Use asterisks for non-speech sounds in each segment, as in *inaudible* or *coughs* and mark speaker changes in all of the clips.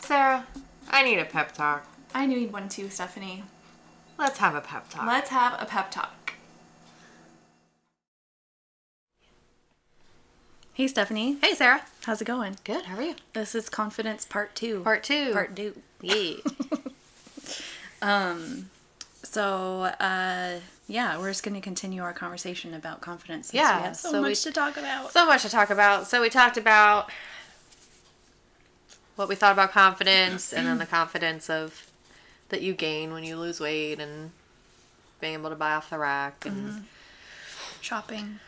Speaker 1: Sarah, I need a pep talk.
Speaker 2: I knew you'd want to, Stephanie.
Speaker 1: Let's have a pep talk.
Speaker 2: Let's have a pep talk. Hey, Stephanie.
Speaker 1: Hey, Sarah.
Speaker 2: How's it going?
Speaker 1: Good. How are you?
Speaker 2: This is Confidence Part 2.
Speaker 1: Part two. *laughs*
Speaker 2: Part 2.
Speaker 1: yeah.
Speaker 2: Um, so, uh, yeah, we're just going to continue our conversation about confidence. since
Speaker 1: Yeah,
Speaker 2: We have so,
Speaker 1: so we-
Speaker 2: much to talk about.
Speaker 1: so much to talk about. So we talked about what we thought about confidence, and then the confidence of that you gain when you lose weight, and being able to buy off the rack, and
Speaker 2: Mm-hmm. Shopping.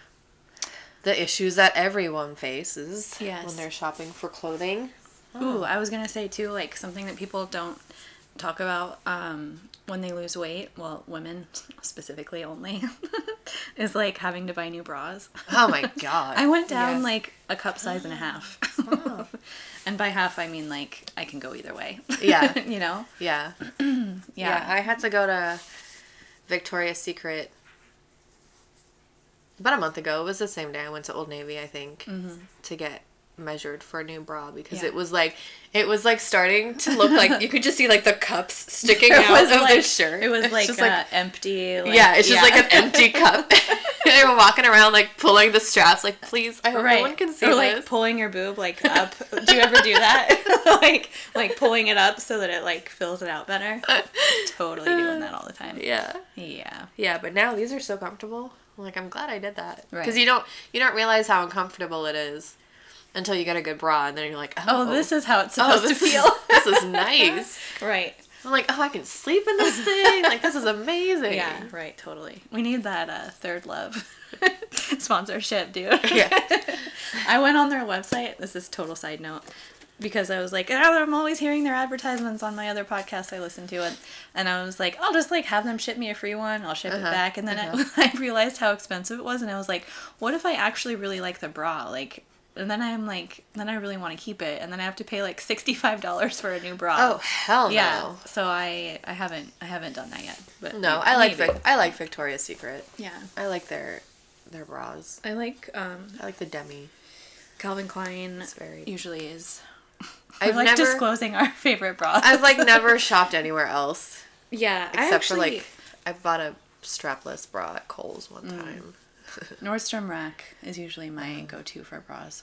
Speaker 1: the issues that everyone faces
Speaker 2: Yes.
Speaker 1: when they're shopping for clothing. Oh.
Speaker 2: Ooh, I was gonna say too, like something that people don't talk about um, when they lose weight. Well, women specifically only *laughs* is like having to buy new bras.
Speaker 1: Oh
Speaker 2: *laughs*
Speaker 1: my god!
Speaker 2: I went down
Speaker 1: Yes. Oh,
Speaker 2: like a cup size and a half, *laughs* and by half I mean like I can go either way.
Speaker 1: Yeah.
Speaker 2: *laughs* you know.
Speaker 1: yeah. Yeah.
Speaker 2: *laughs* Yeah.
Speaker 1: I had to go to Victoria's Secret about a month ago. It was the same day I went to Old Navy, I think, to get measured for a new bra because
Speaker 2: Mm-hmm. Yeah.
Speaker 1: it was like it was like starting to look like you could just see like the cups
Speaker 2: *laughs*
Speaker 1: sticking out of the shirt.
Speaker 2: It was
Speaker 1: It's
Speaker 2: like,
Speaker 1: just,
Speaker 2: uh, empty. like-
Speaker 1: yeah, it's just like
Speaker 2: yeah.
Speaker 1: an
Speaker 2: *laughs*
Speaker 1: empty cup. *laughs* and they were walking around like pulling the straps, like please, I hope
Speaker 2: Right.
Speaker 1: no one can see
Speaker 2: or
Speaker 1: this.
Speaker 2: like pulling your
Speaker 1: *laughs*
Speaker 2: boob like up. do you ever do that? *laughs* like like pulling it up so that it like fills it out better. totally doing that all the time.
Speaker 1: *laughs* yeah.
Speaker 2: Yeah.
Speaker 1: Yeah, but now these are so comfortable. Like I'm glad I did that because
Speaker 2: Right.
Speaker 1: you don't you don't realize how uncomfortable it is until you get a good bra and then you're like, oh,
Speaker 2: Oh, this is how it's
Speaker 1: oh,
Speaker 2: supposed
Speaker 1: this
Speaker 2: to
Speaker 1: is- *laughs*
Speaker 2: feel.
Speaker 1: this is nice.
Speaker 2: right.
Speaker 1: I'm like, oh, I can sleep in this thing. Like this is amazing.
Speaker 2: Yeah, right, totally. We need that uh, third love
Speaker 1: *laughs*
Speaker 2: sponsorship, dude.
Speaker 1: Yeah.
Speaker 2: *laughs* I went on their website. This is total side note because I was like, oh, I'm always hearing their advertisements on my other podcast I listen to, and and I was like, I'll just like have them ship me a free one. I'll ship it
Speaker 1: Uh-huh,
Speaker 2: back, and then *laughs* I, I realized how expensive it was, and I was like, what if I actually really like the bra, like. And then I'm like, then I really want to keep it, and then I have to pay like sixty five dollars for a new bra.
Speaker 1: Oh hell no.
Speaker 2: yeah. So I, I haven't, I haven't done that yet. But
Speaker 1: No,
Speaker 2: may-
Speaker 1: I like
Speaker 2: maybe.
Speaker 1: Vic- I like Victoria's Secret.
Speaker 2: Yeah,
Speaker 1: I like their their bras.
Speaker 2: I like um,
Speaker 1: I like the demi.
Speaker 2: Calvin Klein.
Speaker 1: It's very-
Speaker 2: Usually is. I
Speaker 1: I've
Speaker 2: like
Speaker 1: never
Speaker 2: disclosing our *laughs* favorite bras.
Speaker 1: I've like never shopped anywhere else
Speaker 2: yeah,
Speaker 1: except
Speaker 2: *laughs* I actually, Mm.
Speaker 1: for like I bought a strapless bra at Kohl's one time.
Speaker 2: Nordstrom Rack is usually
Speaker 1: Oh.
Speaker 2: my go to for bras.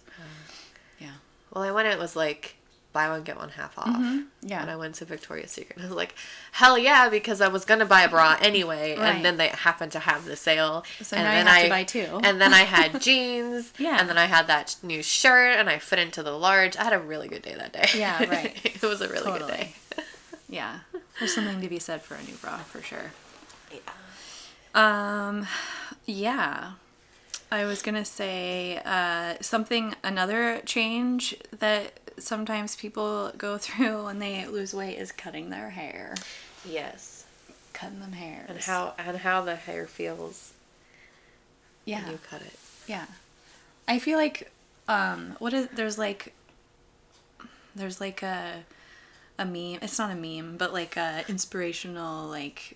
Speaker 2: Yeah,
Speaker 1: Well, I went and it was like buy one get one half off.
Speaker 2: Mm-hmm. yeah.
Speaker 1: When I went to Victoria's Secret, I was like, hell yeah, because I was gonna buy a bra anyway,
Speaker 2: Right.
Speaker 1: and then they happened to have the sale.
Speaker 2: So
Speaker 1: and
Speaker 2: now you
Speaker 1: then
Speaker 2: have to buy two.
Speaker 1: And then I
Speaker 2: *laughs*
Speaker 1: had jeans.
Speaker 2: Yeah.
Speaker 1: And then I had that new shirt, and I fit into the large. I had a really good day that day. *laughs*
Speaker 2: Yeah, right.
Speaker 1: it was a really
Speaker 2: Totally.
Speaker 1: good day.
Speaker 2: Yeah, there's something to be said for a new bra for sure. Yeah. Um, yeah. I was gonna say uh, something. Another change that sometimes people go *laughs* through when they lose weight is cutting their hair.
Speaker 1: Yes.
Speaker 2: Cutting them hair.
Speaker 1: And how and how the hair feels
Speaker 2: Yeah.
Speaker 1: when you cut it.
Speaker 2: Yeah. I feel like um what is there's like there's like a a meme. It's not a meme, but like a inspirational like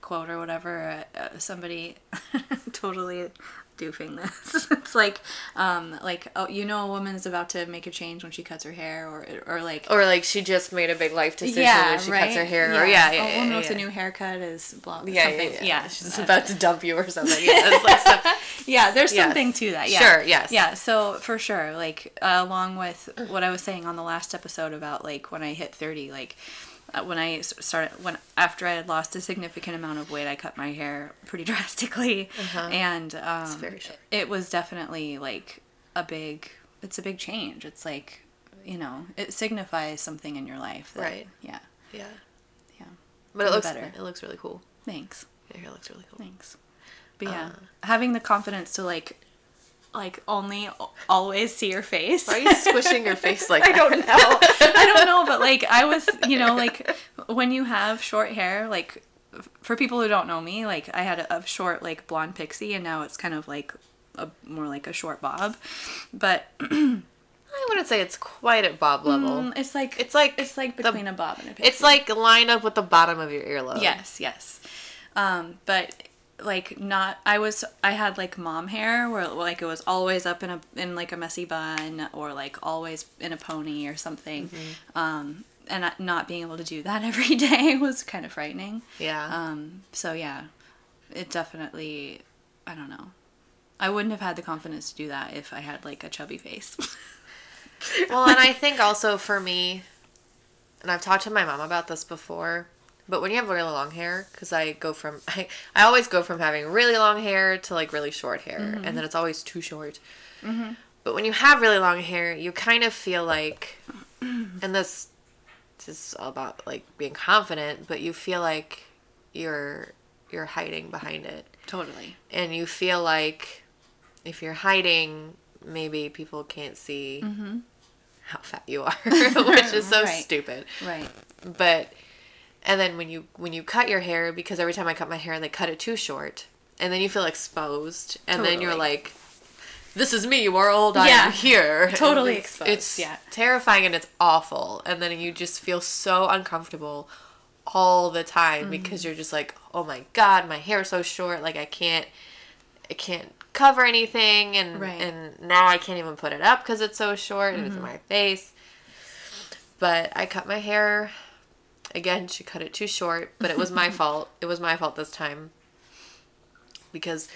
Speaker 2: quote or whatever uh, somebody *laughs* totally doofing this. *laughs* it's like um like oh you know a woman is about to make a change when she cuts her hair or or like
Speaker 1: Or like she just made a big life decision when she cuts her hair.
Speaker 2: Yeah.
Speaker 1: Or Oh, yeah, yeah.
Speaker 2: a
Speaker 1: yeah,
Speaker 2: woman
Speaker 1: yeah,
Speaker 2: with a
Speaker 1: yeah.
Speaker 2: new haircut is blah
Speaker 1: yeah,
Speaker 2: something.
Speaker 1: yeah, yeah.
Speaker 2: yeah.
Speaker 1: She's about to dump you or something. *laughs* Yeah, it's like stuff
Speaker 2: yeah, there's
Speaker 1: Yes.
Speaker 2: something to that. Yeah.
Speaker 1: Sure, yes.
Speaker 2: Yeah, so for sure, like uh, along with what I was saying on the last episode about like when I hit 30, like uh, when I s- started when after I had lost a significant amount of weight, I cut my hair pretty *laughs* drastically and um
Speaker 1: Uh-huh. very short.
Speaker 2: it was definitely like a big it's a big change. It's like, you know, it signifies something in your life. that-
Speaker 1: Right.
Speaker 2: Yeah.
Speaker 1: Yeah.
Speaker 2: Yeah.
Speaker 1: But it
Speaker 2: Even
Speaker 1: looks
Speaker 2: better.
Speaker 1: it looks really cool.
Speaker 2: Thanks.
Speaker 1: Your hair looks really cool.
Speaker 2: Thanks. But yeah, having the confidence to like, like only always see your face.
Speaker 1: Why are you squishing your face like
Speaker 2: I
Speaker 1: that?
Speaker 2: don't know. *laughs* I don't know, but like I was, you know, like when you have short hair, like f- for people who don't know me, like I had a, a short like blonde pixie, and now it's kind of like a more like a short bob, but
Speaker 1: *laughs* I wouldn't say it's quite at bob level.
Speaker 2: um, it's like
Speaker 1: It's like
Speaker 2: it's like between a bob and a pixie.
Speaker 1: it's like line up with the bottom of your earlobe.
Speaker 2: Yes, yes. Um, but like not I was I had like mom hair where like it was always up in a in like a messy bun or like always in a pony or something. Um and I- not being able to do that *laughs* every day was kind of frightening.
Speaker 1: Yeah.
Speaker 2: Um, so yeah, it definitely, I don't know. I wouldn't have had the confidence to do that if I had like a chubby face. *laughs*
Speaker 1: well, and I think also for me, and I've talked to my mom about this before, but when you have really long hair, because I go from, *laughs* I, I always go from having really long hair to like really short hair, and then it's always too short. But when you have really long hair, you kind of feel like, and this is all about like being confident, but you feel like you're you're hiding behind it
Speaker 2: totally.
Speaker 1: and you feel like if you're hiding, maybe people can't see how fat you are, *laughs* which is so
Speaker 2: Right.
Speaker 1: stupid.
Speaker 2: Right.
Speaker 1: But and then when you when you cut your hair, because every time I cut my hair, they cut it too short, and then you feel exposed, and then you're
Speaker 2: Totally.
Speaker 1: like. This is me, you are old,
Speaker 2: Yeah.
Speaker 1: I'm here.
Speaker 2: *laughs* Totally
Speaker 1: And
Speaker 2: exposed,
Speaker 1: It's
Speaker 2: yeah.
Speaker 1: terrifying and it's awful. And then you just feel so uncomfortable all the time
Speaker 2: Mm-hmm.
Speaker 1: because you're just like, oh my god, my hair is so short, like I can't I can't cover anything and
Speaker 2: Right.
Speaker 1: and
Speaker 2: Mm-hmm.
Speaker 1: now I can't even put it up cuz it's so short and it's in my face. But I cut my hair again, she cut it too short, but it was
Speaker 2: *laughs*
Speaker 1: my fault. It was my fault this time. Because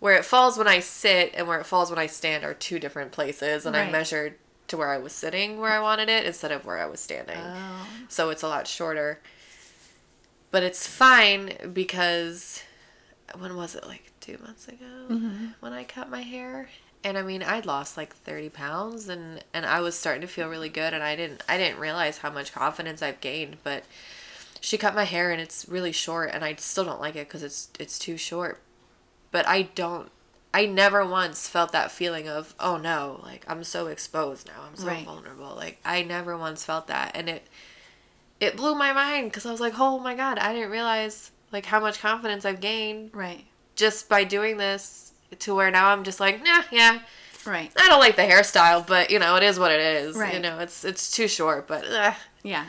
Speaker 1: where it falls when I sit and where it falls when I stand are two different places and I
Speaker 2: Right.
Speaker 1: measured to where I was sitting where I wanted it instead of where I was standing
Speaker 2: Oh.
Speaker 1: so it's a lot shorter. But it's fine because when was it like two months ago when I cut my hair? And I mean, I'd lost like thirty pounds, and and I was starting to feel really good, and I didn't I didn't realize how much confidence I've gained. But she cut my hair, and it's really short, and I still don't like it because it's it's too short. But I don't. I never once felt that feeling of oh no, like I'm so exposed now, I'm so
Speaker 2: Right.
Speaker 1: vulnerable. Like I never once felt that, and it it blew my mind because I was like, oh my god, I didn't realize like how much confidence I've gained
Speaker 2: Right.
Speaker 1: just by doing this. To where now I'm just like, nah, yeah,
Speaker 2: Right.
Speaker 1: I don't like the hairstyle, but you know it is what it is. You
Speaker 2: Right.
Speaker 1: know it's it's too short, but uh,
Speaker 2: Yeah.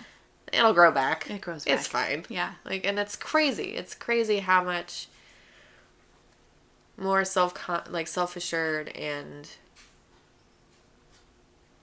Speaker 1: it'll grow back.
Speaker 2: It grows
Speaker 1: It's
Speaker 2: back.
Speaker 1: fine.
Speaker 2: Yeah.
Speaker 1: Like, and it's crazy. It's crazy how much more self like self assured and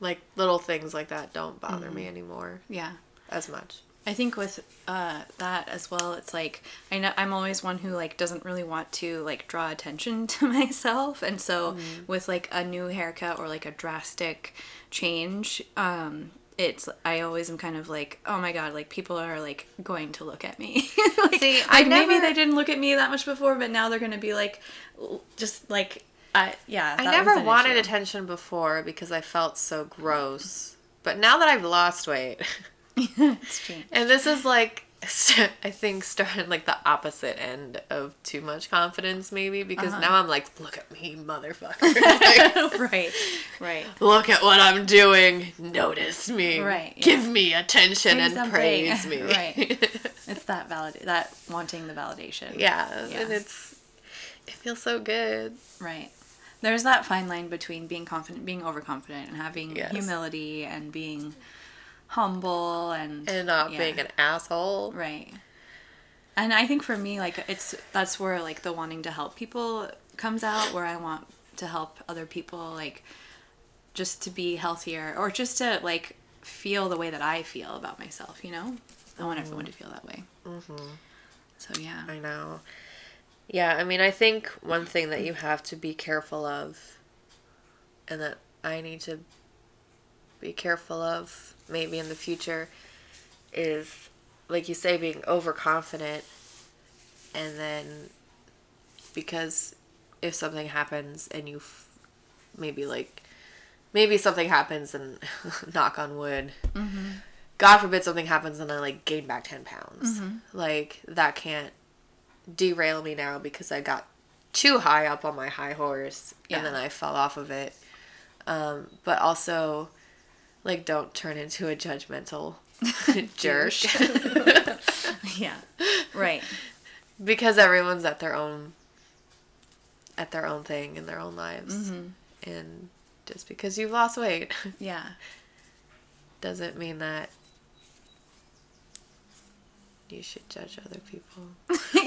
Speaker 1: like little things like that don't bother
Speaker 2: Mm-hmm.
Speaker 1: me anymore
Speaker 2: Yeah.
Speaker 1: as much.
Speaker 2: I think with uh, that as well, it's like I know I'm always one who like doesn't really want to like draw attention *laughs* to myself, and so
Speaker 1: Mm-hmm.
Speaker 2: with like a new haircut or like a drastic change, um, it's I always am kind of like, oh my god, like people are like going to look at me. *laughs* like,
Speaker 1: See,
Speaker 2: like,
Speaker 1: I
Speaker 2: maybe
Speaker 1: never-
Speaker 2: they didn't look at me that much before, but now they're gonna be like, l- just like, I yeah.
Speaker 1: I
Speaker 2: that was
Speaker 1: never
Speaker 2: an
Speaker 1: wanted
Speaker 2: issue.
Speaker 1: attention before because I felt so gross. But now that I've lost weight, *laughs*
Speaker 2: *laughs* It's changed.
Speaker 1: and this is like, *laughs* I think started like the opposite end of too much confidence, maybe, because
Speaker 2: Uh-huh.
Speaker 1: now I'm like, look at me, motherfucker. *laughs* Like,
Speaker 2: right,
Speaker 1: *laughs*
Speaker 2: right.
Speaker 1: look at what I'm doing. Notice me.
Speaker 2: Right, yeah.
Speaker 1: Give me attention
Speaker 2: Say
Speaker 1: and
Speaker 2: something.
Speaker 1: praise me.
Speaker 2: *laughs* Right. It's that valid that wanting the validation.
Speaker 1: *laughs* yeah.
Speaker 2: Yeah.
Speaker 1: And it's, it feels so good.
Speaker 2: Right. There's that fine line between being confident, being overconfident, and having
Speaker 1: Yes.
Speaker 2: humility and being humble and
Speaker 1: And not
Speaker 2: yeah.
Speaker 1: being an asshole.
Speaker 2: right. And I think for me, like it's that's where like the wanting to help people comes out, where I want to help other people, like just to be healthier or just to like feel the way that I feel about myself. You know, I want everyone to feel that way. So yeah,
Speaker 1: Mm-hmm. I know. Yeah, I mean, I think one thing that you have to be careful of, and that I need to be careful of maybe in the future, is like you say, being overconfident, and then because if something happens and you f- maybe like maybe something happens and *laughs* knock on wood god forbid something happens and i like gain back 10 pounds like that can't derail me now because i got too high up on my high horse
Speaker 2: Yeah.
Speaker 1: and then i fell off of it um, but also like don't turn into a judgmental jerk
Speaker 2: *laughs*
Speaker 1: *laughs*
Speaker 2: yeah, right,
Speaker 1: because everyone's at their own at their own thing in their own lives and just because you've lost weight *laughs*
Speaker 2: yeah.
Speaker 1: doesn't mean that you should judge other people.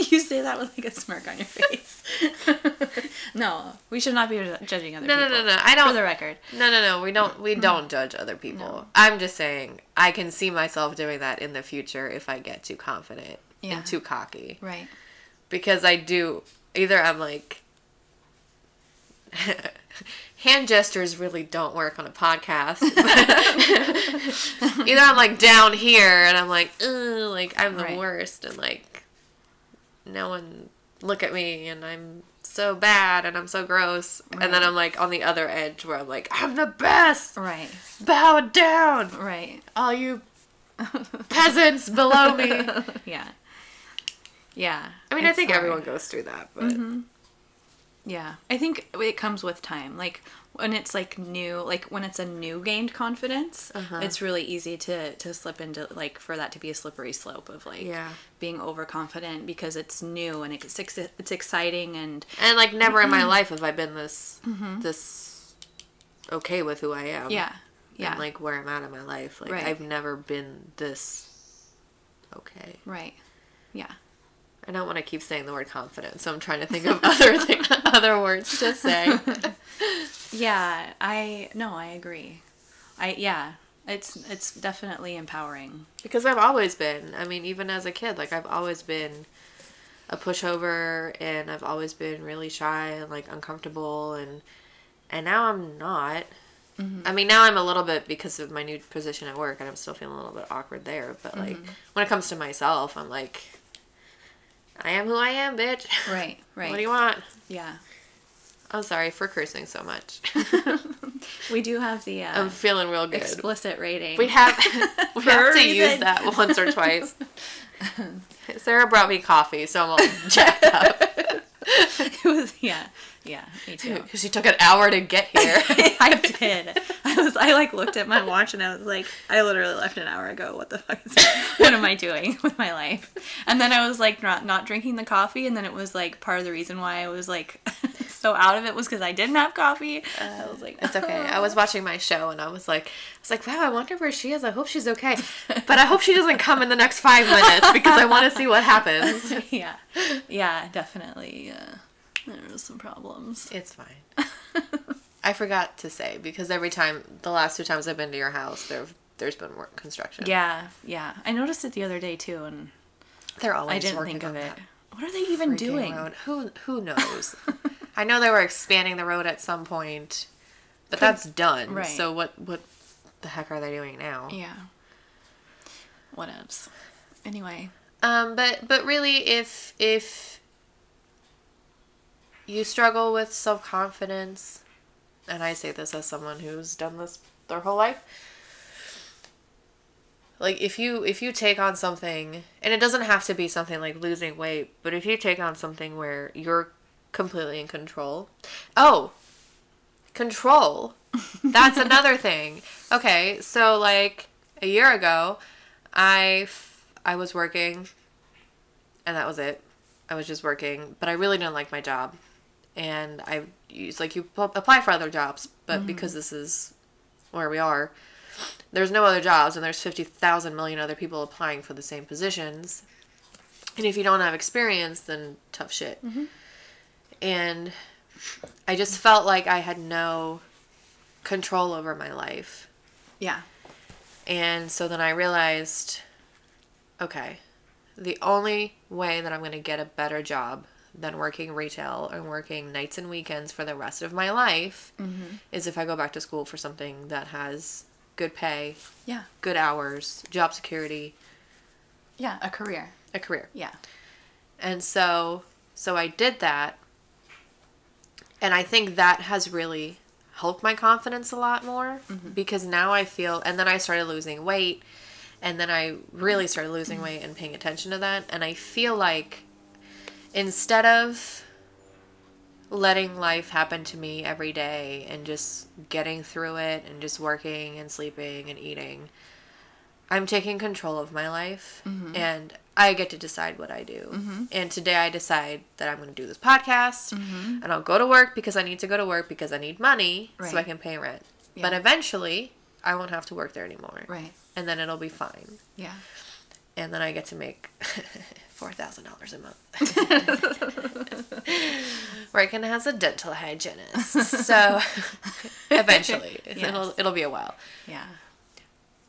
Speaker 2: *laughs* you say that with like a smirk on your face. *laughs* no, we should not be ju- judging other
Speaker 1: No, no,
Speaker 2: people.
Speaker 1: no, no. I don't. Mm-hmm.
Speaker 2: For the record,
Speaker 1: No, no, no. We don't. We don't judge other people. I'm just saying I can see myself doing that in the future if I get too confident
Speaker 2: Yeah.
Speaker 1: and too cocky
Speaker 2: right?
Speaker 1: because I do. Either I'm like. *laughs* Hand gestures really don't work on a podcast. *laughs* Either I'm like down here and I'm like, Ugh, like I'm the
Speaker 2: Right.
Speaker 1: worst and like no one look at me and I'm so bad and I'm so gross. And then I'm like on the other edge where I'm like, I'm the best.
Speaker 2: Right,
Speaker 1: Bow down, *laughs*
Speaker 2: right.
Speaker 1: all you peasants below me. I
Speaker 2: *laughs* yeah, yeah.
Speaker 1: mean, I
Speaker 2: It's Mm-hmm.
Speaker 1: think
Speaker 2: hard.
Speaker 1: everyone goes through that, but
Speaker 2: Yeah, I think it comes with time. Like when it's like new, like when it's a new gained confidence,
Speaker 1: Uh-huh.
Speaker 2: it's really easy to to slip into like for that to be a slippery slope of like
Speaker 1: Yeah.
Speaker 2: being overconfident because it's new and it's ex- it's exciting and
Speaker 1: and like never in my
Speaker 2: Mm-hmm.
Speaker 1: life have I been this this okay with who I am.
Speaker 2: yeah, yeah,
Speaker 1: And like where I'm at in my life. Like
Speaker 2: Right.
Speaker 1: I've never been this okay.
Speaker 2: right, yeah.
Speaker 1: I don't want to keep saying the word confident, so I'm trying to think
Speaker 2: *laughs*
Speaker 1: of other thing, other words to say.
Speaker 2: Yeah, I no, I agree. I yeah, it's it's definitely empowering.
Speaker 1: Because I've always been, I mean, even as a kid, like I've always been a pushover and I've always been really shy and like uncomfortable and and now I'm not.
Speaker 2: Mm-hmm.
Speaker 1: I mean, now I'm a little bit because of my new position at work and I'm still feeling a little bit awkward there, but like
Speaker 2: Mm-hmm.
Speaker 1: when it comes to myself, I'm like I am who I am, bitch.
Speaker 2: Right,
Speaker 1: *laughs*
Speaker 2: right.
Speaker 1: What do you want?
Speaker 2: Yeah,
Speaker 1: I'm sorry for cursing so
Speaker 2: *laughs*
Speaker 1: much. *laughs*
Speaker 2: we do have the uh,
Speaker 1: I'm feeling real good.
Speaker 2: explicit rating. *laughs*
Speaker 1: We *laughs* have we
Speaker 2: For
Speaker 1: have
Speaker 2: a
Speaker 1: to use
Speaker 2: reason.
Speaker 1: that once or *laughs* twice. Sarah brought me coffee, so I'm all jacked *laughs* up
Speaker 2: it was yeah, yeah. Me
Speaker 1: *laughs*
Speaker 2: too. *laughs*
Speaker 1: because she took an hour to get here.
Speaker 2: I did. I was. I like looked at my watch and I was like, I literally left an hour ago. What the fuck is? *laughs* What am I doing with my life? And then I was like, not not drinking the coffee. And then it was like part of the reason why I was like *laughs* so out of it was because I didn't have coffee. I was like,
Speaker 1: *laughs* It's okay. I was watching my show and I was like, I was like, wow, I wonder where she is. I hope she's okay, but I hope she doesn't come in the next five minutes because I want to see what happens. *laughs*
Speaker 2: *laughs* yeah, yeah, definitely. Uh, there was some problems.
Speaker 1: It's fine. I forgot to say because every time the last two times I've been to your house, there there's been work construction.
Speaker 2: Yeah, yeah. I noticed it the other day too, and
Speaker 1: they're always
Speaker 2: I didn't
Speaker 1: working
Speaker 2: think of
Speaker 1: on
Speaker 2: it.
Speaker 1: that.
Speaker 2: What are they even
Speaker 1: freaking
Speaker 2: doing?
Speaker 1: road. Who who knows? I know they were expanding the road at some point, but that's done.
Speaker 2: right.
Speaker 1: So what what the heck are they doing now?
Speaker 2: Yeah. What else? Anyway.
Speaker 1: Um, but but really, if if you struggle with self confidence, and I say this as someone who's done this their whole life, like if you if you take on something, and it doesn't have to be something like losing weight, but if you take on something where you're completely in control, oh, control. That's another thing. Okay, so like a year ago, I f- I was working, and that was it. I was just working, but I really didn't like my job, and I it's like you p- apply for other jobs, but because this is where we are, there's no other jobs, and there's fifty thousand million other people applying for the same positions, and if you don't have experience, then tough shit. And I just felt like I had no control over my life.
Speaker 2: Yeah.
Speaker 1: And so then I realized okay, the only way that I'm going to get a better job than working retail and working nights and weekends for the rest of my life is if I go back to school for something that has good pay,
Speaker 2: Yeah.
Speaker 1: good hours, job security,
Speaker 2: Yeah. A career.
Speaker 1: a career.
Speaker 2: Yeah.
Speaker 1: And so so I did that. And I think that has really helped my confidence a lot more because now I feel and then I started losing weight and then I really started losing weight and paying attention to that and I feel like instead of letting life happen to me every day and just getting through it and just working and sleeping and eating I'm taking control of my life
Speaker 2: Mm-hmm.
Speaker 1: and I get to decide what I do. And today I decide that I'm going to do this podcast
Speaker 2: Mm-hmm.
Speaker 1: and I'll go to work because I need to go to work because I need money so I
Speaker 2: Right.
Speaker 1: can pay rent. But
Speaker 2: Yeah.
Speaker 1: eventually I won't have to work there anymore.
Speaker 2: Right.
Speaker 1: And then it'll be fine.
Speaker 2: Yeah.
Speaker 1: and then I get to make *laughs* four thousand dollars a month. Reagan has a dental hygienist, so *laughs* eventually
Speaker 2: Yes.
Speaker 1: it'll it'll be a while.
Speaker 2: Yeah.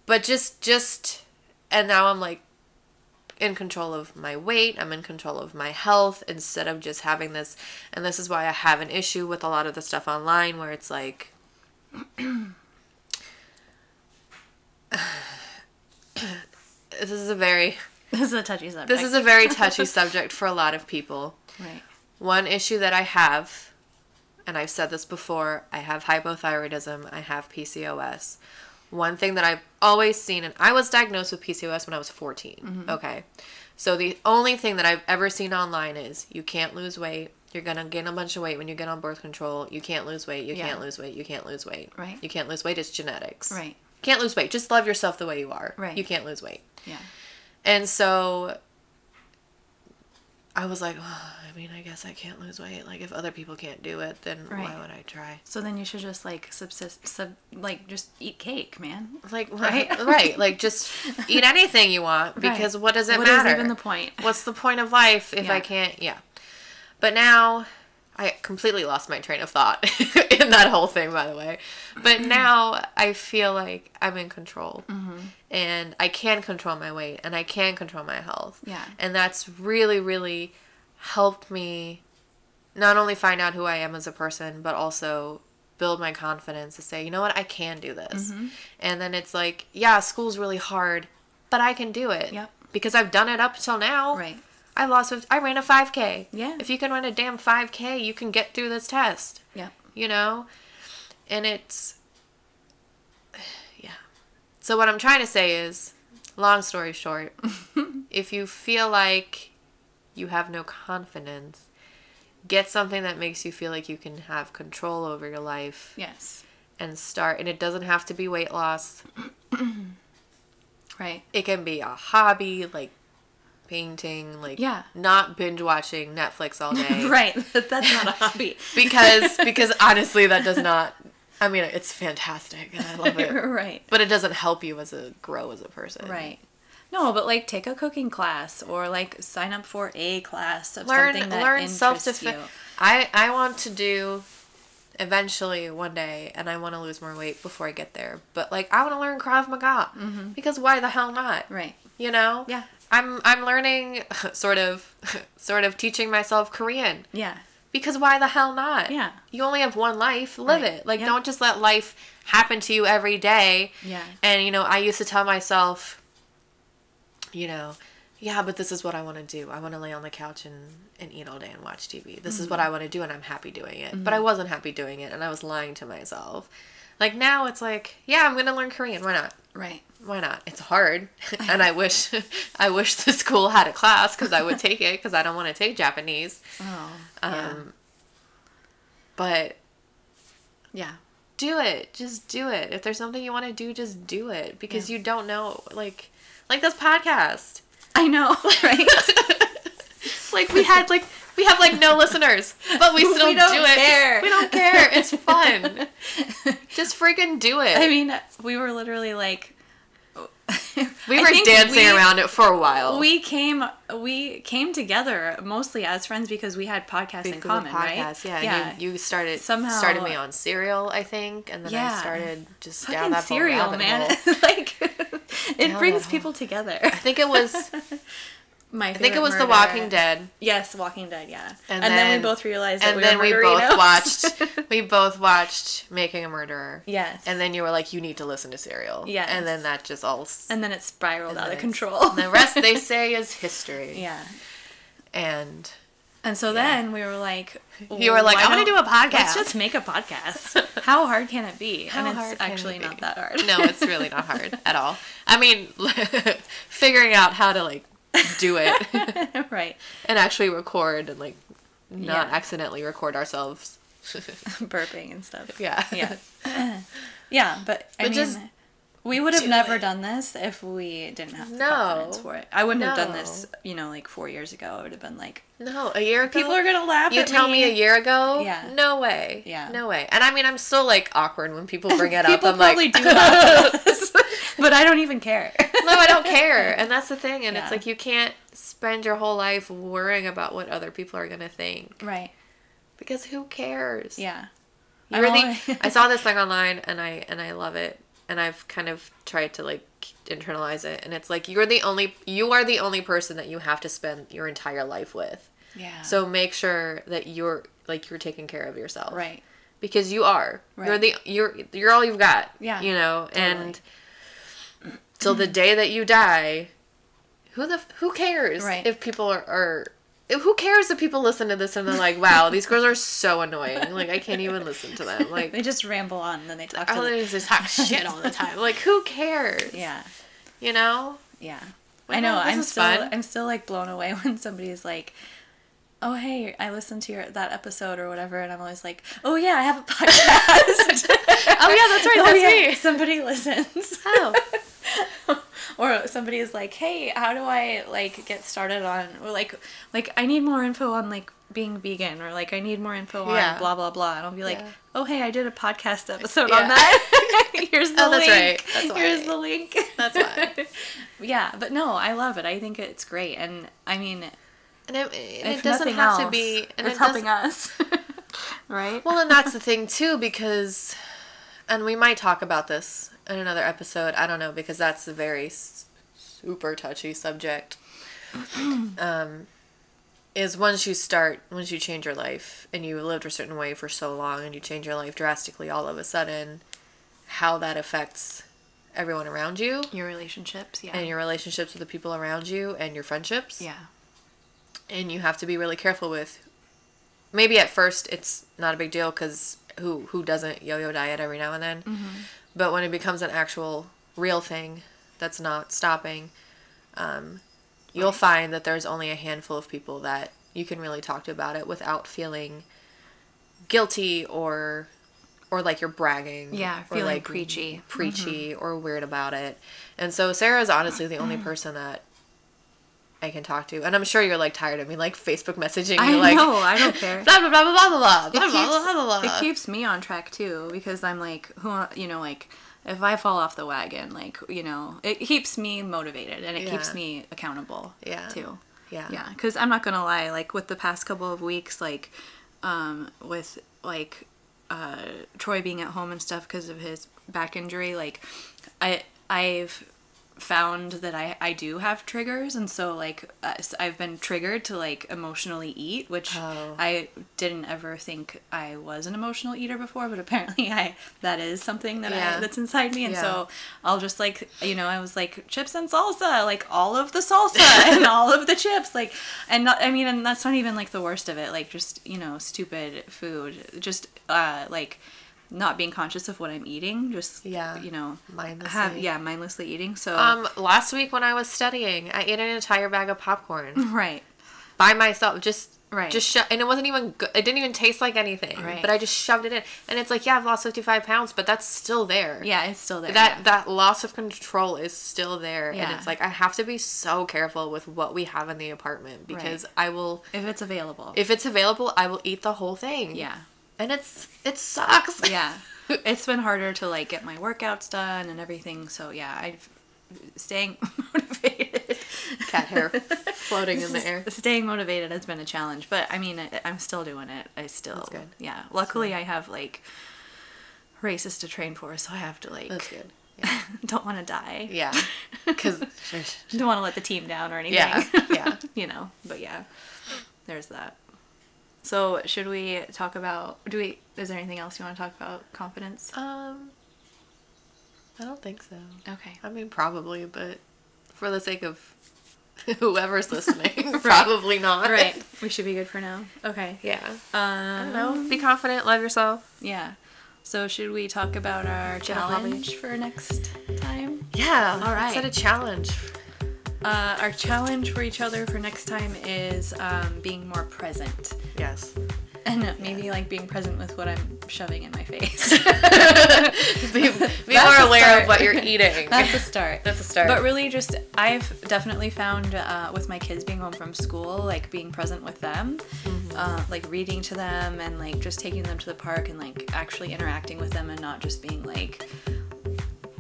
Speaker 1: But just just and now I'm like in control of my weight. I'm in control of my health instead of just having this. And this is why I have an issue with a lot of the stuff online where it's like. *coughs* this is a very
Speaker 2: *laughs* This is a touchy subject.
Speaker 1: this is a very touchy subject for a lot of people.
Speaker 2: right.
Speaker 1: One issue that I have, and I've said this before, I have hypothyroidism, I have PCOS. One thing that I've always seen, and I was diagnosed with PCOS when I was 14.
Speaker 2: Mm-hmm.
Speaker 1: Okay. So the only thing that I've ever seen online is you can't lose weight. You're going to gain a bunch of weight when you get on birth control. You can't lose weight. You
Speaker 2: Yeah.
Speaker 1: can't lose weight. You can't lose weight.
Speaker 2: Right.
Speaker 1: You can't lose weight. It's genetics.
Speaker 2: Right.
Speaker 1: Can't lose weight. Just love yourself the way you are.
Speaker 2: Right.
Speaker 1: You can't lose weight.
Speaker 2: Yeah.
Speaker 1: And so I was like, oh, I mean, I guess I can't lose weight. Like, if other people can't do it, then
Speaker 2: Right.
Speaker 1: why would I try?
Speaker 2: So then you should just like subsist, sub, like just eat cake, man.
Speaker 1: Like,
Speaker 2: *laughs* Right.
Speaker 1: right, *laughs* right. Like, just eat anything you want because
Speaker 2: Right.
Speaker 1: what does it
Speaker 2: What is
Speaker 1: matter?
Speaker 2: even the point?
Speaker 1: What's the point of life if
Speaker 2: Yeah.
Speaker 1: I can't? Yeah. But now I completely lost my train of thought *laughs* in that whole thing, by the way.
Speaker 2: *clears throat*
Speaker 1: But now I feel like I'm in control
Speaker 2: Mm-hmm.
Speaker 1: and I can control my weight and I can control my health.
Speaker 2: Yeah.
Speaker 1: And that's really, really helped me not only find out who I am as a person, but also build my confidence to say, you know what, I can do this.
Speaker 2: Mm-hmm.
Speaker 1: And then it's like, yeah, school's really hard, but I can do it.
Speaker 2: Yep.
Speaker 1: Because I've done it up till now.
Speaker 2: Right.
Speaker 1: I lost. fif- I ran a 5K.
Speaker 2: Yeah.
Speaker 1: If you can run a damn 5K, you can get through this test.
Speaker 2: Yep.
Speaker 1: You know, and it's *sighs* yeah. So what I'm trying to say is, long story
Speaker 2: *laughs*
Speaker 1: short, if you feel like you have no confidence, get something that makes you feel like you can have control over your life
Speaker 2: Yes.
Speaker 1: and start. And it doesn't have to be weight loss.
Speaker 2: Right.
Speaker 1: It can be a hobby like painting, like
Speaker 2: Yeah.
Speaker 1: not binge watching Netflix
Speaker 2: *laughs*
Speaker 1: all day.
Speaker 2: *laughs* Right. That's not a *laughs* hobby.
Speaker 1: because because honestly that does not i mean it's fantastic and i love it
Speaker 2: right.
Speaker 1: but it doesn't help you as a grow as a person
Speaker 2: Right. No, but like take a cooking class or like sign up for a class of
Speaker 1: learn
Speaker 2: something that
Speaker 1: learn
Speaker 2: interests
Speaker 1: self-defense
Speaker 2: you.
Speaker 1: i i want to do eventually one day and i want to lose more weight before i get there but like i want to learn krav maga because why the hell not
Speaker 2: Mm-hmm. Right.
Speaker 1: you know
Speaker 2: Yeah.
Speaker 1: i'm i'm learning *laughs* sort of sort of teaching myself korean
Speaker 2: Yeah.
Speaker 1: Because why the hell not?
Speaker 2: Yeah.
Speaker 1: You only have one life. Live
Speaker 2: Right.
Speaker 1: it. Like,
Speaker 2: Yeah.
Speaker 1: don't just let life happen to you every day.
Speaker 2: Yeah.
Speaker 1: And, you know, I used to tell myself, you know, yeah, but this is what I want to do. I want to lay on the couch and, and eat all day and watch TV. This is what I want to do, and I'm happy doing it. But I wasn't happy doing it, and I was lying to myself. Like, now it's like, yeah, I'm going to learn Korean. Why not?
Speaker 2: Right.
Speaker 1: why not? It's hard, *laughs* and I wish, *laughs* I wish the school had a class because I would take it because I don't want to take Japanese.
Speaker 2: Oh.
Speaker 1: Um, But
Speaker 2: yeah.
Speaker 1: do it. Just do it. If there's something you want to do, just do it because you don't know. Like, like this podcast. *laughs*
Speaker 2: I know. *laughs* Right.
Speaker 1: Like we had like we have like no listeners, but
Speaker 2: *laughs*
Speaker 1: we still
Speaker 2: don't
Speaker 1: do it.
Speaker 2: care.
Speaker 1: We don't
Speaker 2: *laughs*
Speaker 1: care. It's fun. just freaking do it.
Speaker 2: I mean, we were literally like *laughs*
Speaker 1: we
Speaker 2: I
Speaker 1: were
Speaker 2: think
Speaker 1: dancing
Speaker 2: we-
Speaker 1: around it for a while.
Speaker 2: we came we came together mostly as friends because we had podcasts in
Speaker 1: Because of
Speaker 2: common,
Speaker 1: the
Speaker 2: right?
Speaker 1: Yeah,
Speaker 2: yeah.
Speaker 1: And you, you started
Speaker 2: Somehow-
Speaker 1: started me on Serial, I think, and then
Speaker 2: Yeah.
Speaker 1: I started just down
Speaker 2: Fucking
Speaker 1: that whole
Speaker 2: cereal,
Speaker 1: rabbit
Speaker 2: man.
Speaker 1: hole.
Speaker 2: *laughs* like it
Speaker 1: that
Speaker 2: brings
Speaker 1: hole.
Speaker 2: people together.
Speaker 1: I think it
Speaker 2: *laughs*
Speaker 1: was I
Speaker 2: My
Speaker 1: think it was The
Speaker 2: favorite
Speaker 1: Walking
Speaker 2: murder.
Speaker 1: Dead,
Speaker 2: Yes, Walking Dead. Yeah, and,
Speaker 1: And
Speaker 2: then,
Speaker 1: then-
Speaker 2: we both realized that
Speaker 1: and
Speaker 2: we
Speaker 1: then
Speaker 2: were
Speaker 1: we
Speaker 2: murderinos.
Speaker 1: both watched we both watched Making a Murderer.
Speaker 2: *laughs* yes,
Speaker 1: And then you were like, you need to listen to Serial.
Speaker 2: Yes.
Speaker 1: And then that just all. s-
Speaker 2: and then it spiraled out of
Speaker 1: it's-
Speaker 2: control.
Speaker 1: and the rest
Speaker 2: *laughs*
Speaker 1: they say is history.
Speaker 2: yeah,
Speaker 1: And
Speaker 2: and so then we were like,
Speaker 1: you were like,
Speaker 2: why
Speaker 1: I want to
Speaker 2: don't-
Speaker 1: do a podcast.
Speaker 2: Let's just make a podcast. How hard can it be?
Speaker 1: How
Speaker 2: and it's
Speaker 1: hard can it
Speaker 2: actually
Speaker 1: be?
Speaker 2: not that hard.
Speaker 1: no, it's really not
Speaker 2: *laughs*
Speaker 1: hard *laughs* at all. I mean, *laughs* figuring out how to like do
Speaker 2: *laughs*
Speaker 1: it.
Speaker 2: right.
Speaker 1: and actually record and like not
Speaker 2: Yeah.
Speaker 1: accidentally record ourselves. *laughs*
Speaker 2: Burping and stuff.
Speaker 1: yeah.
Speaker 2: Yeah. *laughs* yeah, but I
Speaker 1: But
Speaker 2: mean,
Speaker 1: just
Speaker 2: we would have
Speaker 1: do
Speaker 2: never
Speaker 1: it.
Speaker 2: done this if we didn't have the
Speaker 1: No.
Speaker 2: confidence for it. I wouldn't have done
Speaker 1: No.
Speaker 2: this, you know, like four years ago. I would have been like,
Speaker 1: No, a year ago.
Speaker 2: people are gonna
Speaker 1: *laughs*
Speaker 2: laugh.
Speaker 1: you
Speaker 2: at
Speaker 1: tell me. a year ago?
Speaker 2: Yeah.
Speaker 1: No way.
Speaker 2: Yeah.
Speaker 1: No way. And I mean, I'm
Speaker 2: *laughs*
Speaker 1: still like awkward when people bring it up. *laughs*
Speaker 2: People
Speaker 1: I'm
Speaker 2: probably
Speaker 1: like,
Speaker 2: *laughs* do laugh at us, but I don't even care.
Speaker 1: no, I don't care. And that's the thing. And
Speaker 2: Yeah.
Speaker 1: it's like you can't spend your whole life worrying about what other people are gonna think
Speaker 2: *laughs* Right.
Speaker 1: because who cares?
Speaker 2: Yeah.
Speaker 1: You
Speaker 2: I'm *laughs*
Speaker 1: really. *laughs*
Speaker 2: always-
Speaker 1: I saw this thing online and I and I love it. And I've kind of tried to like internalize it. And it's like you're the only you are the only person that you have to spend your entire life with.
Speaker 2: Yeah.
Speaker 1: So make sure that you're like you're taking care of yourself.
Speaker 2: right.
Speaker 1: Because you are. You're
Speaker 2: Right.
Speaker 1: the you're you're all you've got.
Speaker 2: Yeah,
Speaker 1: You know, and
Speaker 2: totally.
Speaker 1: till the day that you die, who the f- who cares
Speaker 2: Right.
Speaker 1: if people are, are if- who cares if people listen to this and they're like, "Wow, these girls are so annoying. Like I can't even listen to them."
Speaker 2: they *laughs*
Speaker 1: Like
Speaker 2: just ramble on and then they talk to
Speaker 1: oh,
Speaker 2: the-
Speaker 1: they just talk shit all the time. Like who cares?
Speaker 2: Yeah.
Speaker 1: You know?
Speaker 2: Yeah.
Speaker 1: Well,
Speaker 2: I know.
Speaker 1: this
Speaker 2: I'm
Speaker 1: is
Speaker 2: still
Speaker 1: fun.
Speaker 2: I'm still like blown away *laughs* when somebody's like, "Oh hey, I listened to your that episode or whatever," and I'm always like, "Oh yeah, I have a *laughs* podcast."
Speaker 1: *laughs* Oh yeah, that's right.
Speaker 2: *laughs* Oh,
Speaker 1: That's
Speaker 2: yeah,
Speaker 1: me.
Speaker 2: Somebody *laughs* listens.
Speaker 1: Oh.
Speaker 2: or somebody is like, "Hey, how do I like get started on or like like I need more info on like being vegan or like I need more info on
Speaker 1: Yeah.
Speaker 2: blah blah blah." And I'll be like,
Speaker 1: Yeah.
Speaker 2: "Oh, hey, I did a podcast episode
Speaker 1: Yeah. *laughs*
Speaker 2: on that. *laughs* Here's the
Speaker 1: Oh, that's
Speaker 2: link.
Speaker 1: right. That's why.
Speaker 2: Here's the link."
Speaker 1: That's why.
Speaker 2: *laughs* yeah, but no, I love it. I think it's great and I mean,
Speaker 1: And it, and
Speaker 2: if
Speaker 1: it doesn't
Speaker 2: nothing
Speaker 1: have to
Speaker 2: else,
Speaker 1: be and
Speaker 2: it's
Speaker 1: it doesn't-
Speaker 2: helping us. *laughs* right?
Speaker 1: Well, and that's the thing too, because, and we might talk about this in another episode. I don't know because that's a very s- super touchy subject. *clears throat* um, is once you start, once you change your life, and you lived a certain way for so long, and you change your life drastically all of a sudden, how that affects everyone around you
Speaker 2: your relationships, yeah.
Speaker 1: and your relationships with the people around you and your friendships
Speaker 2: yeah.
Speaker 1: and you have to be really careful with maybe at first it's not a big deal because who who doesn't yo-yo diet every now and then
Speaker 2: Mm-hmm.
Speaker 1: but when it becomes an actual real thing that's not stopping um, you'll find that there's only a handful of people that you can really talk to about it without feeling guilty or or like you're bragging
Speaker 2: Yeah,
Speaker 1: or,
Speaker 2: feeling preachy.
Speaker 1: preachy
Speaker 2: Mm-hmm.
Speaker 1: or weird about it and so sarah's honestly the
Speaker 2: *clears throat*
Speaker 1: only person that I can talk to. And I'm sure you're like tired of me like Facebook messaging
Speaker 2: I
Speaker 1: you like
Speaker 2: know, I don't
Speaker 1: *laughs*
Speaker 2: care.
Speaker 1: blah blah blah blah blah blah blah
Speaker 2: it
Speaker 1: blah blah blah blah.
Speaker 2: keeps,
Speaker 1: blah.
Speaker 2: it keeps me on track too because I'm like who you know like if I fall off the wagon like you know it keeps me motivated and it
Speaker 1: Yeah.
Speaker 2: keeps me accountable
Speaker 1: Yeah.
Speaker 2: too
Speaker 1: yeah.
Speaker 2: yeah because I'm not gonna lie like with the past couple of weeks like um with like uh Troy being at home and stuff because of his back injury like I I've found that I, I do have triggers and so like uh, s- I've been triggered to like emotionally eat which
Speaker 1: Oh.
Speaker 2: I didn't ever think I was an emotional eater before but apparently *laughs* I that is something that
Speaker 1: Yeah.
Speaker 2: I, that's inside me and
Speaker 1: Yeah.
Speaker 2: so I'll just like you know I was like chips and salsa like all of the salsa *laughs* and all of the chips like and not I mean and that's not even like the worst of it like just you know stupid food just uh like not being conscious of what I'm eating just
Speaker 1: Yeah.
Speaker 2: you know
Speaker 1: Mindlessly.
Speaker 2: have yeah mindlessly eating so
Speaker 1: Um last week when I was studying, I ate an entire bag of
Speaker 2: *laughs*
Speaker 1: popcorn
Speaker 2: right
Speaker 1: by myself just
Speaker 2: Right.
Speaker 1: Just sho- and it wasn't even good. It didn't even taste like anything.
Speaker 2: Right.
Speaker 1: But I just shoved it in, and it's like, yeah, I've lost fifty five pounds, but that's still there.
Speaker 2: yeah it's still there
Speaker 1: that
Speaker 2: yeah.
Speaker 1: that loss of control is still there and
Speaker 2: Yeah.
Speaker 1: it's like i have to be so careful with what we have in the apartment because i will
Speaker 2: if it's available
Speaker 1: if it's available i will eat the whole thing
Speaker 2: yeah
Speaker 1: and it's it sucks
Speaker 2: yeah it's been harder to like get my workouts done and everything so yeah I've staying *laughs* motivated
Speaker 1: *laughs* cat *laughs* hair floating in the air
Speaker 2: staying motivated has been a challenge but i mean I, i'm still doing it i still
Speaker 1: That's good.
Speaker 2: yeah luckily i have like races to train for so i have to like
Speaker 1: that's good
Speaker 2: *laughs* don't want to die
Speaker 1: *laughs*
Speaker 2: *laughs*
Speaker 1: yeah because
Speaker 2: don't want to let the team down or anything
Speaker 1: Yeah,
Speaker 2: *laughs*
Speaker 1: yeah.
Speaker 2: you know but yeah there's that so should we talk about do we is there anything else you want to talk about confidence
Speaker 1: um i don't think so
Speaker 2: okay
Speaker 1: i mean probably but for the sake of *laughs* whoever's listening probably not
Speaker 2: all right we should be good for now okay
Speaker 1: yeah
Speaker 2: um
Speaker 1: no be confident love yourself
Speaker 2: Yeah. So should we talk about our challenge for next time?
Speaker 1: yeah all
Speaker 2: right.
Speaker 1: set a challenge
Speaker 2: Uh, our challenge for each other for next time is um, being more present,
Speaker 1: yes
Speaker 2: and maybe like being present with what I'm shoving in my *laughs* face.
Speaker 1: be, be
Speaker 2: That's
Speaker 1: more
Speaker 2: a
Speaker 1: aware
Speaker 2: start.
Speaker 1: of what
Speaker 2: *laughs*
Speaker 1: you're eating
Speaker 2: That's a start.
Speaker 1: That's a start.
Speaker 2: But really, just I've definitely found uh, with my kids being home from school, like being present with them,
Speaker 1: Mm-hmm.
Speaker 2: uh, like reading to them, and like just taking them to the park and like actually interacting with them, and not just being like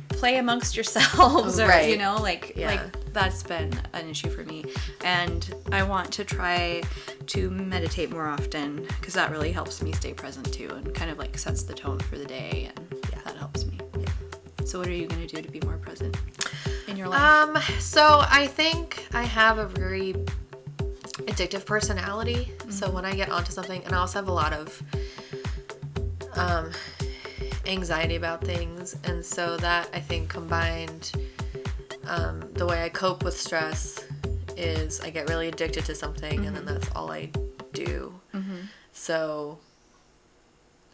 Speaker 2: play amongst yourselves or
Speaker 1: Oh, Right.
Speaker 2: you know like
Speaker 1: Yeah.
Speaker 2: like that's been an issue for me and i want to try to meditate more often because that really helps me stay present too and kind of like sets the tone for the day and that helps me so what are you going to do to be more present in your life
Speaker 1: Um, so I think I have a very addictive personality. So when I get onto something, and I also have a lot of um, anxiety about things, and so that I think combined, um, the way I cope with stress is I get really addicted to something, and then that's all I do. So,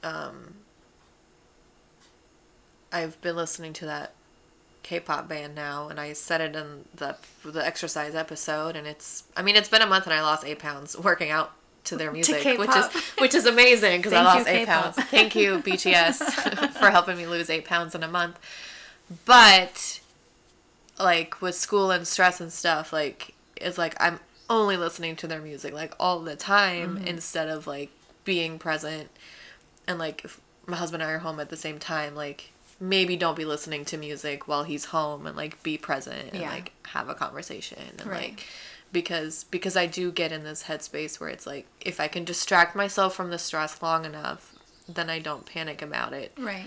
Speaker 1: um, I've been listening to that K-pop band now, and I said it in the the exercise episode, and it's I mean it's been a month, and I lost eight pounds working out to their music, which is
Speaker 2: K-pop.
Speaker 1: which is amazing because I
Speaker 2: Thank you,
Speaker 1: lost eight
Speaker 2: K-pop.
Speaker 1: pounds. Thank you BTS *laughs* for helping me lose eight pounds in a month, but like with school and stress and stuff, like it's like I'm only listening to their music like all the time
Speaker 2: Mm-hmm.
Speaker 1: instead of like being present and like if my husband and I are home at the same time, like maybe don't be listening to music while he's home and like be present and
Speaker 2: Yeah.
Speaker 1: like have a conversation and
Speaker 2: Right.
Speaker 1: like because because I do get in this headspace where it's like if I can distract myself from the stress long enough, then I don't panic about it
Speaker 2: Um, *laughs* right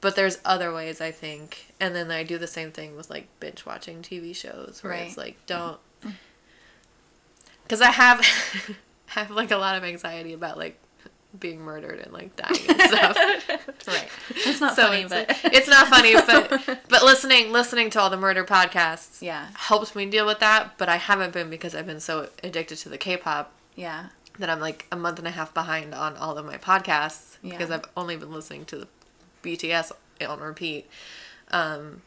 Speaker 1: but there's other ways I think. And then I do the same thing with like binge watching TV shows where it's
Speaker 2: Right. Mm.
Speaker 1: like don't cuz I have *laughs* I have like a lot of anxiety about like being murdered and like dying
Speaker 2: *laughs*
Speaker 1: and stuff.
Speaker 2: right it's not
Speaker 1: so
Speaker 2: funny
Speaker 1: it's,
Speaker 2: but
Speaker 1: it's not funny but but listening listening to all the murder podcasts
Speaker 2: *laughs* yeah
Speaker 1: helps me deal with that, but I haven't been because I've been so addicted to the K-pop
Speaker 2: yeah
Speaker 1: that I'm like a month and a half behind on all of my podcasts
Speaker 2: Yeah.
Speaker 1: because I've only been listening to the BTS on repeat. Um,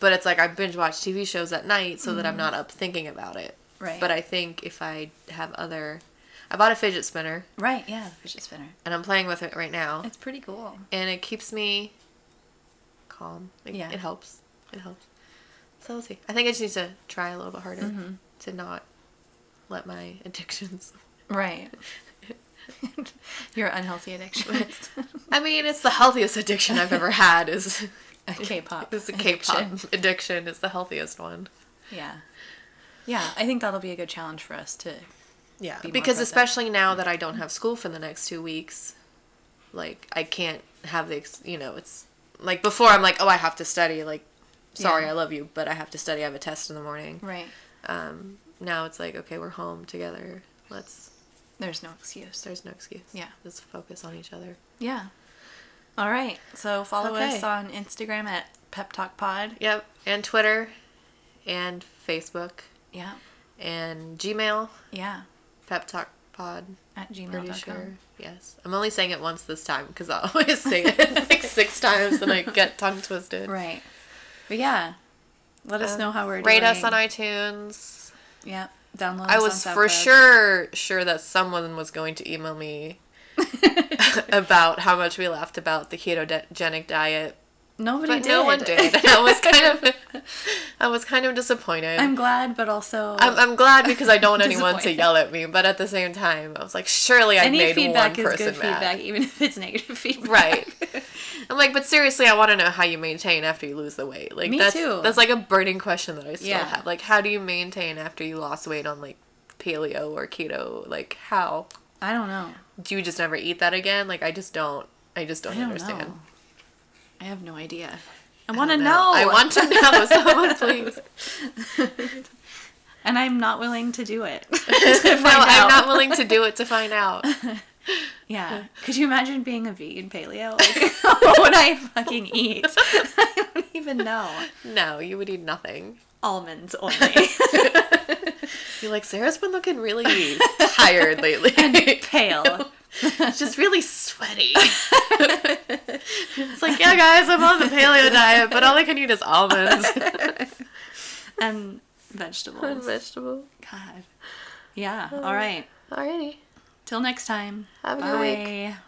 Speaker 1: but it's like I binge watch TV shows at night so that I'm not up thinking about it.
Speaker 2: Mm-hmm. Right.
Speaker 1: But I think if I have other, I bought a fidget spinner
Speaker 2: right yeah the fidget spinner
Speaker 1: and I'm playing with it right now,
Speaker 2: it's pretty cool
Speaker 1: and it keeps me calm. Like,
Speaker 2: Yeah.
Speaker 1: It helps. It helps. So we'll see. I think I just need to try a little bit harder
Speaker 2: Mm-hmm.
Speaker 1: to not let my *laughs* addictions
Speaker 2: right *laughs* your unhealthy addiction
Speaker 1: I mean, it's the healthiest addiction I've ever had. Is
Speaker 2: *laughs* a K-pop.
Speaker 1: is the K-pop addiction. It's the healthiest one.
Speaker 2: Yeah. Yeah, I think that'll be a good challenge for us to.
Speaker 1: Yeah,
Speaker 2: Be more
Speaker 1: because
Speaker 2: present.
Speaker 1: especially now that I don't have school for the next two weeks, like I can't have the ex- you know it's like before I'm like oh I have to study like sorry
Speaker 2: Yeah.
Speaker 1: I love you but I have to study I have a test in the morning.
Speaker 2: Right.
Speaker 1: Um, now it's like okay we're home together. Let's
Speaker 2: There's no excuse.
Speaker 1: there's no excuse.
Speaker 2: Yeah.
Speaker 1: let's focus on each other.
Speaker 2: Yeah. All right. So follow us
Speaker 1: Okay.
Speaker 2: on Instagram at Pep Talk Pod.
Speaker 1: Yep, and Twitter, and Facebook,
Speaker 2: Yeah.
Speaker 1: and Gmail,
Speaker 2: Yeah.
Speaker 1: Pep Talk Pod.
Speaker 2: At
Speaker 1: Pretty
Speaker 2: gmail.com.
Speaker 1: sure. Yes. I'm only saying it once this time because I always say it *laughs* like six times and
Speaker 2: *laughs*
Speaker 1: I get tongue twisted.
Speaker 2: Right. But yeah. Let us
Speaker 1: Um,
Speaker 2: know how we're doing.
Speaker 1: Rate us on iTunes.
Speaker 2: Yeah. Download
Speaker 1: I
Speaker 2: us
Speaker 1: was
Speaker 2: on
Speaker 1: for
Speaker 2: SoundCloud.
Speaker 1: sure sure that someone was going to email
Speaker 2: *laughs*
Speaker 1: me about how much we laughed about the ketogenic diet,
Speaker 2: Nobody
Speaker 1: but
Speaker 2: did.
Speaker 1: no one did. *laughs* I was
Speaker 2: *laughs*
Speaker 1: kind of I was kind of disappointed.
Speaker 2: I'm glad, but also.
Speaker 1: I'm, I'm glad because I
Speaker 2: *laughs*
Speaker 1: don't want anyone to
Speaker 2: Disappointed.
Speaker 1: yell at me, but at the same time, I was like, surely I
Speaker 2: any
Speaker 1: made
Speaker 2: feedback
Speaker 1: one
Speaker 2: is
Speaker 1: person
Speaker 2: good
Speaker 1: mad.
Speaker 2: feedback, even if it's negative *laughs* feedback.
Speaker 1: Right. I'm like, but seriously, I want to know how you maintain after you lose the weight. Like
Speaker 2: Me
Speaker 1: that's
Speaker 2: too.
Speaker 1: that's like a burning question that I still
Speaker 2: Yeah.
Speaker 1: have. Like, how do you maintain after you lost weight on like paleo or keto? Like, how
Speaker 2: I don't know.
Speaker 1: do you just never eat that again? Like, I just don't. I just don't,
Speaker 2: I don't
Speaker 1: understand.
Speaker 2: know. I have no idea. I want to
Speaker 1: No,
Speaker 2: know.
Speaker 1: I
Speaker 2: *laughs*
Speaker 1: want to *laughs* know. Someone please.
Speaker 2: and I'm not willing to
Speaker 1: *laughs*
Speaker 2: do it. *laughs*
Speaker 1: no,
Speaker 2: out.
Speaker 1: I'm not willing to do it to find
Speaker 2: *laughs*
Speaker 1: out.
Speaker 2: yeah. Could you imagine being a vegan paleo? Like, *laughs* what would I fucking eat? *laughs* I don't even know.
Speaker 1: No, you would eat nothing. *laughs*
Speaker 2: Almonds only.
Speaker 1: You're like Sarah's been looking
Speaker 2: *laughs*
Speaker 1: really tired lately.
Speaker 2: Pale.
Speaker 1: It's just really *laughs* sweaty. it's like, yeah, guys, I'm on the paleo diet, but all I can eat is *laughs* almonds
Speaker 2: And vegetables.
Speaker 1: vegetables.
Speaker 2: God. Yeah. All right.
Speaker 1: Alrighty.
Speaker 2: Till next time.
Speaker 1: Uh. Have a good week.
Speaker 2: Bye.